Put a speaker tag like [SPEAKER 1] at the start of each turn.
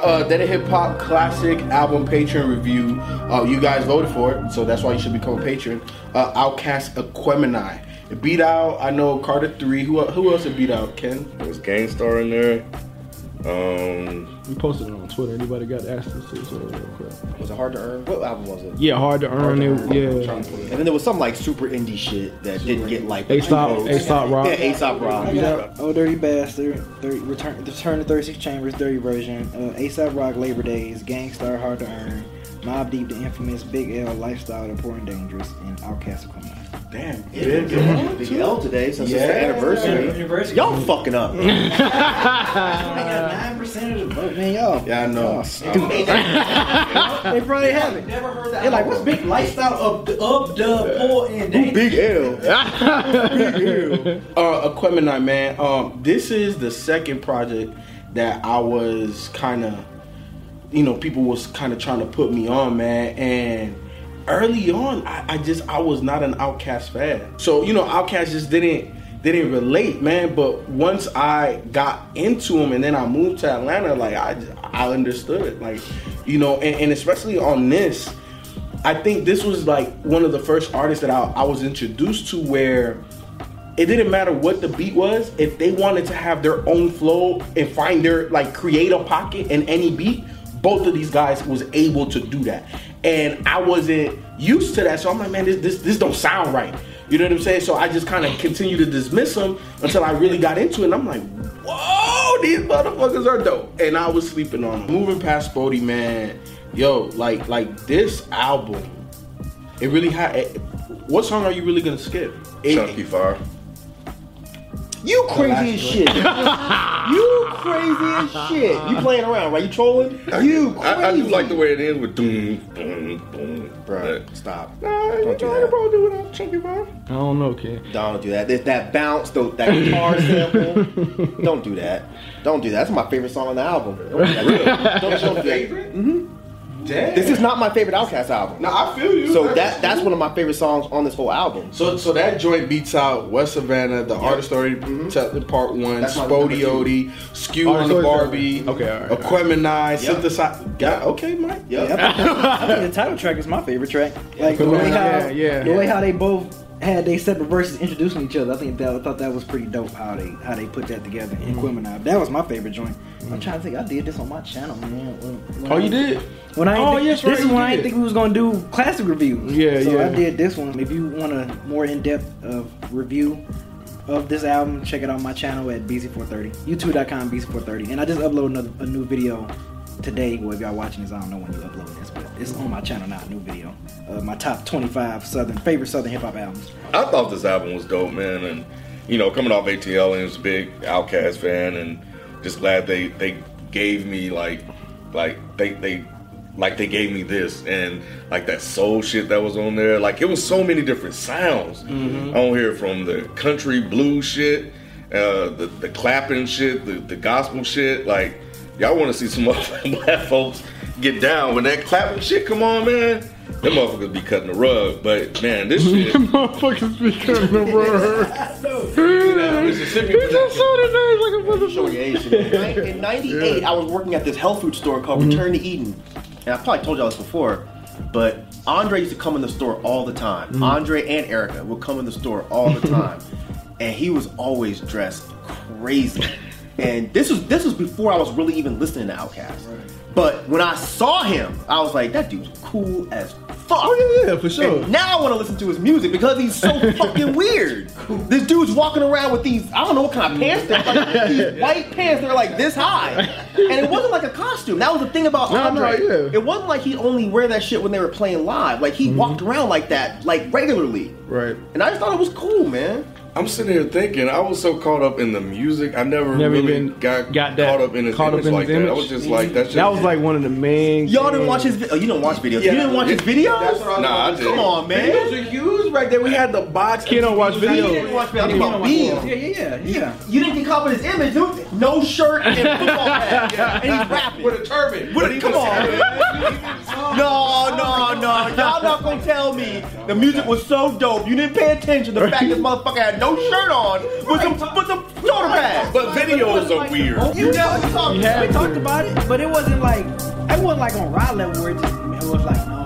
[SPEAKER 1] uh, Dead of Hip Hop Classic Album Patreon review. Uh, you guys voted for it, so that's why you should become a patron. Uh, Outcast Aquemini. It beat out, I know, Carter 3. Who, who else it beat out, Ken?
[SPEAKER 2] There's Gangstar in there. Um,
[SPEAKER 3] We posted it on Twitter. Anybody got access to it? So real quick.
[SPEAKER 4] Was it hard to earn? What album was it?
[SPEAKER 3] Yeah, hard to earn. it, yeah.
[SPEAKER 4] And then there was some like super indie shit that didn't get like
[SPEAKER 3] Aesop, Aesop Rock.
[SPEAKER 4] Yeah, Aesop Rock.
[SPEAKER 5] I got Oh Dirty Bastard, Dirty, Return, Return to 36 Chambers, Dirty Version, uh, ASAP Rock, Labor Days, Gangstar, Hard to Earn, Mob Deep, The Infamous, Big L, Lifestyle, The Poor and Dangerous, and Outcast Criminal.
[SPEAKER 1] Damn.
[SPEAKER 4] Big L- Big L today since it's the anniversary.
[SPEAKER 5] Anniversary.
[SPEAKER 4] Y'all fucking up. yeah,
[SPEAKER 5] got 9% of the vote, man, y'all.
[SPEAKER 1] Yeah, I know.
[SPEAKER 5] They probably haven't. Never heard that. They're like, what's Big Lifestyle of, of the Poor and Dangerous?
[SPEAKER 4] Big L.
[SPEAKER 1] uh, Aquemini, man. Um, this is the second project that I was kind of, you know, people was kind of trying to put me on, man. And early on, I, I just I was not an Outcast fan. So you know, Outcast just didn't didn't relate, man. But once I got into him, and then I moved to Atlanta, like I I understood, like you know, and, and especially on this. I think this was like one of the first artists that I, I was introduced to where it didn't matter what the beat was if they wanted to have their own flow and find their like create a pocket in any beat both of these guys was able to do that and i wasn't used to that so i'm like man this this, this don't sound right you know what i'm saying so i just kind of continued to dismiss them until i really got into it and i'm like whoa these motherfuckers are dope and i was sleeping on them moving past Bodie, man yo like like this album it really had it, what song are you really gonna skip It-
[SPEAKER 2] Chunky Fire.
[SPEAKER 4] You crazy as shit. you crazy as shit. You playing around, right? You trolling? You crazy.
[SPEAKER 2] I, I do like the way it ends with doom, boom, boom.
[SPEAKER 4] Bro,
[SPEAKER 2] But-
[SPEAKER 4] stop.
[SPEAKER 2] Nah, you
[SPEAKER 4] Don't do
[SPEAKER 2] know how
[SPEAKER 4] that.
[SPEAKER 2] the bro do without Chunky Fire.
[SPEAKER 3] I don't know, kid.
[SPEAKER 4] Don't do that. There's that bounce, though, that guitar sample. Don't do that. Don't do that. That's my favorite song on the album. Don't do that. Don't- don't do that.
[SPEAKER 3] Mm-hmm.
[SPEAKER 1] Damn.
[SPEAKER 4] This is not my favorite Outcast album.
[SPEAKER 1] No, I feel you.
[SPEAKER 4] So that that's one of my favorite songs on this whole album.
[SPEAKER 1] so so that joint beats out West Savannah, the artist already
[SPEAKER 3] Mm-hmm.
[SPEAKER 1] t- part one,
[SPEAKER 4] That's my number
[SPEAKER 1] Spody
[SPEAKER 4] two.
[SPEAKER 1] Odie, Skew
[SPEAKER 3] Oh,
[SPEAKER 1] on
[SPEAKER 3] so
[SPEAKER 1] the
[SPEAKER 3] it's-
[SPEAKER 1] Barbie,
[SPEAKER 3] okay, all right, all right.
[SPEAKER 1] Aquemini,
[SPEAKER 4] Yep.
[SPEAKER 1] Synthesize. God, okay, Mike.
[SPEAKER 4] Yep.
[SPEAKER 5] I think the title track is my favorite track. Like the way how,
[SPEAKER 3] Yeah, yeah.
[SPEAKER 5] the way how they both had they separate verses introducing each other. I think that I thought that was pretty dope how they how they put that together in
[SPEAKER 3] Mm-hmm.
[SPEAKER 5] Quemini. That was my favorite joint. I'm trying to think. I did this on my channel, man. When- when
[SPEAKER 3] Oh,
[SPEAKER 5] I-
[SPEAKER 3] you did?
[SPEAKER 5] When I
[SPEAKER 3] Oh,
[SPEAKER 5] oh, think,
[SPEAKER 3] yes, right,
[SPEAKER 5] this is
[SPEAKER 3] you
[SPEAKER 5] when I
[SPEAKER 3] did.
[SPEAKER 5] didn't think we was gonna do classic reviews.
[SPEAKER 3] Yeah,
[SPEAKER 5] so
[SPEAKER 3] yeah.
[SPEAKER 5] I did this one. If you want a more in depth of review of this album, check it out on my channel at BZ430, YouTube.com BZ430, and I just upload another, a new video today. Well, if y'all watching this, I don't know when you upload this, but it's on my channel now. A new video, uh, my top 25 southern favorite southern hip hop albums.
[SPEAKER 2] I thought this album was dope, man, and you know, coming off ATL and was a big Outcast fan, and just glad they they gave me like like they they like they gave me this and like that soul shit that was on there. Like it was so many different sounds
[SPEAKER 5] Mm-hmm.
[SPEAKER 2] on here from the country blues shit, uh, the the clapping shit, the the gospel shit. Like y'all want to see some motherfucking black folks get down when that clapping shit come on, man. Them motherfuckers be cutting the rug, but man, this shit.
[SPEAKER 3] Motherfuckers be cutting the word.
[SPEAKER 2] Mississippi
[SPEAKER 3] He just saw the names like a
[SPEAKER 4] Show
[SPEAKER 3] motherfucker.
[SPEAKER 4] your age today. In 98, I was working at this health food store called
[SPEAKER 3] Mm-hmm.
[SPEAKER 4] Return to Eden. And I probably told y'all this before, but Andre used to come in the store all the time.
[SPEAKER 3] Mm-hmm.
[SPEAKER 4] Andre and Erica would come in the store all the time. and he was always dressed crazy. And this was this was before I was really even listening to Outkast. But when I saw him, I was like, that dude's cool as fuck.
[SPEAKER 3] Oh, yeah, for sure.
[SPEAKER 4] And now I want to listen to his music because he's so fucking weird. This dude's walking around with these, I don't know what kind of pants they're like, these white pants that are like this high. And it wasn't like a costume. That was the thing about
[SPEAKER 3] No, no,
[SPEAKER 4] Andre.
[SPEAKER 3] yeah. Mm-hmm.
[SPEAKER 4] It wasn't like he only wear that shit when they were playing live. Like he walked around like that, like regularly.
[SPEAKER 3] Right.
[SPEAKER 4] And I just thought it was cool, man.
[SPEAKER 2] I'm sitting here thinking. I was so caught up in the music. I never,
[SPEAKER 3] Never
[SPEAKER 2] really
[SPEAKER 3] been-
[SPEAKER 2] got,
[SPEAKER 3] got that-
[SPEAKER 2] caught up in his
[SPEAKER 3] caught up
[SPEAKER 2] image
[SPEAKER 3] in
[SPEAKER 2] like
[SPEAKER 3] his
[SPEAKER 2] that. I
[SPEAKER 3] image.
[SPEAKER 2] was just like that's just
[SPEAKER 3] That was like one of the main.
[SPEAKER 4] Y'all didn't watch
[SPEAKER 3] things.
[SPEAKER 4] his. vi- Oh, you didn't watch videos.
[SPEAKER 1] Yeah.
[SPEAKER 4] you didn't watch his
[SPEAKER 1] That's what I
[SPEAKER 4] videos.
[SPEAKER 1] was
[SPEAKER 2] Nah, I
[SPEAKER 1] gonna
[SPEAKER 2] did.
[SPEAKER 1] say.
[SPEAKER 4] Come on,
[SPEAKER 1] Videos
[SPEAKER 4] man.
[SPEAKER 1] are huge right there. We had the box.
[SPEAKER 3] Kid don't watch
[SPEAKER 1] TV.
[SPEAKER 3] videos.
[SPEAKER 4] You didn't watch videos.
[SPEAKER 5] Yeah,
[SPEAKER 4] about beans.
[SPEAKER 5] yeah, yeah, yeah.
[SPEAKER 4] You didn't get caught up in his image, dude. No shirt and football hat, and he's rapping.
[SPEAKER 1] With a turban.
[SPEAKER 4] What, come on, No, no, no. Y'all not gonna tell me the music was so dope. You didn't pay attention to the fact this motherfucker had no shirt on with some with some soda pad.
[SPEAKER 2] But videos are weird.
[SPEAKER 5] You know,
[SPEAKER 4] talked
[SPEAKER 5] we
[SPEAKER 3] have
[SPEAKER 5] talked
[SPEAKER 3] to.
[SPEAKER 5] about it, but it wasn't like it wasn't like on rod level where it, just, it was like, oh,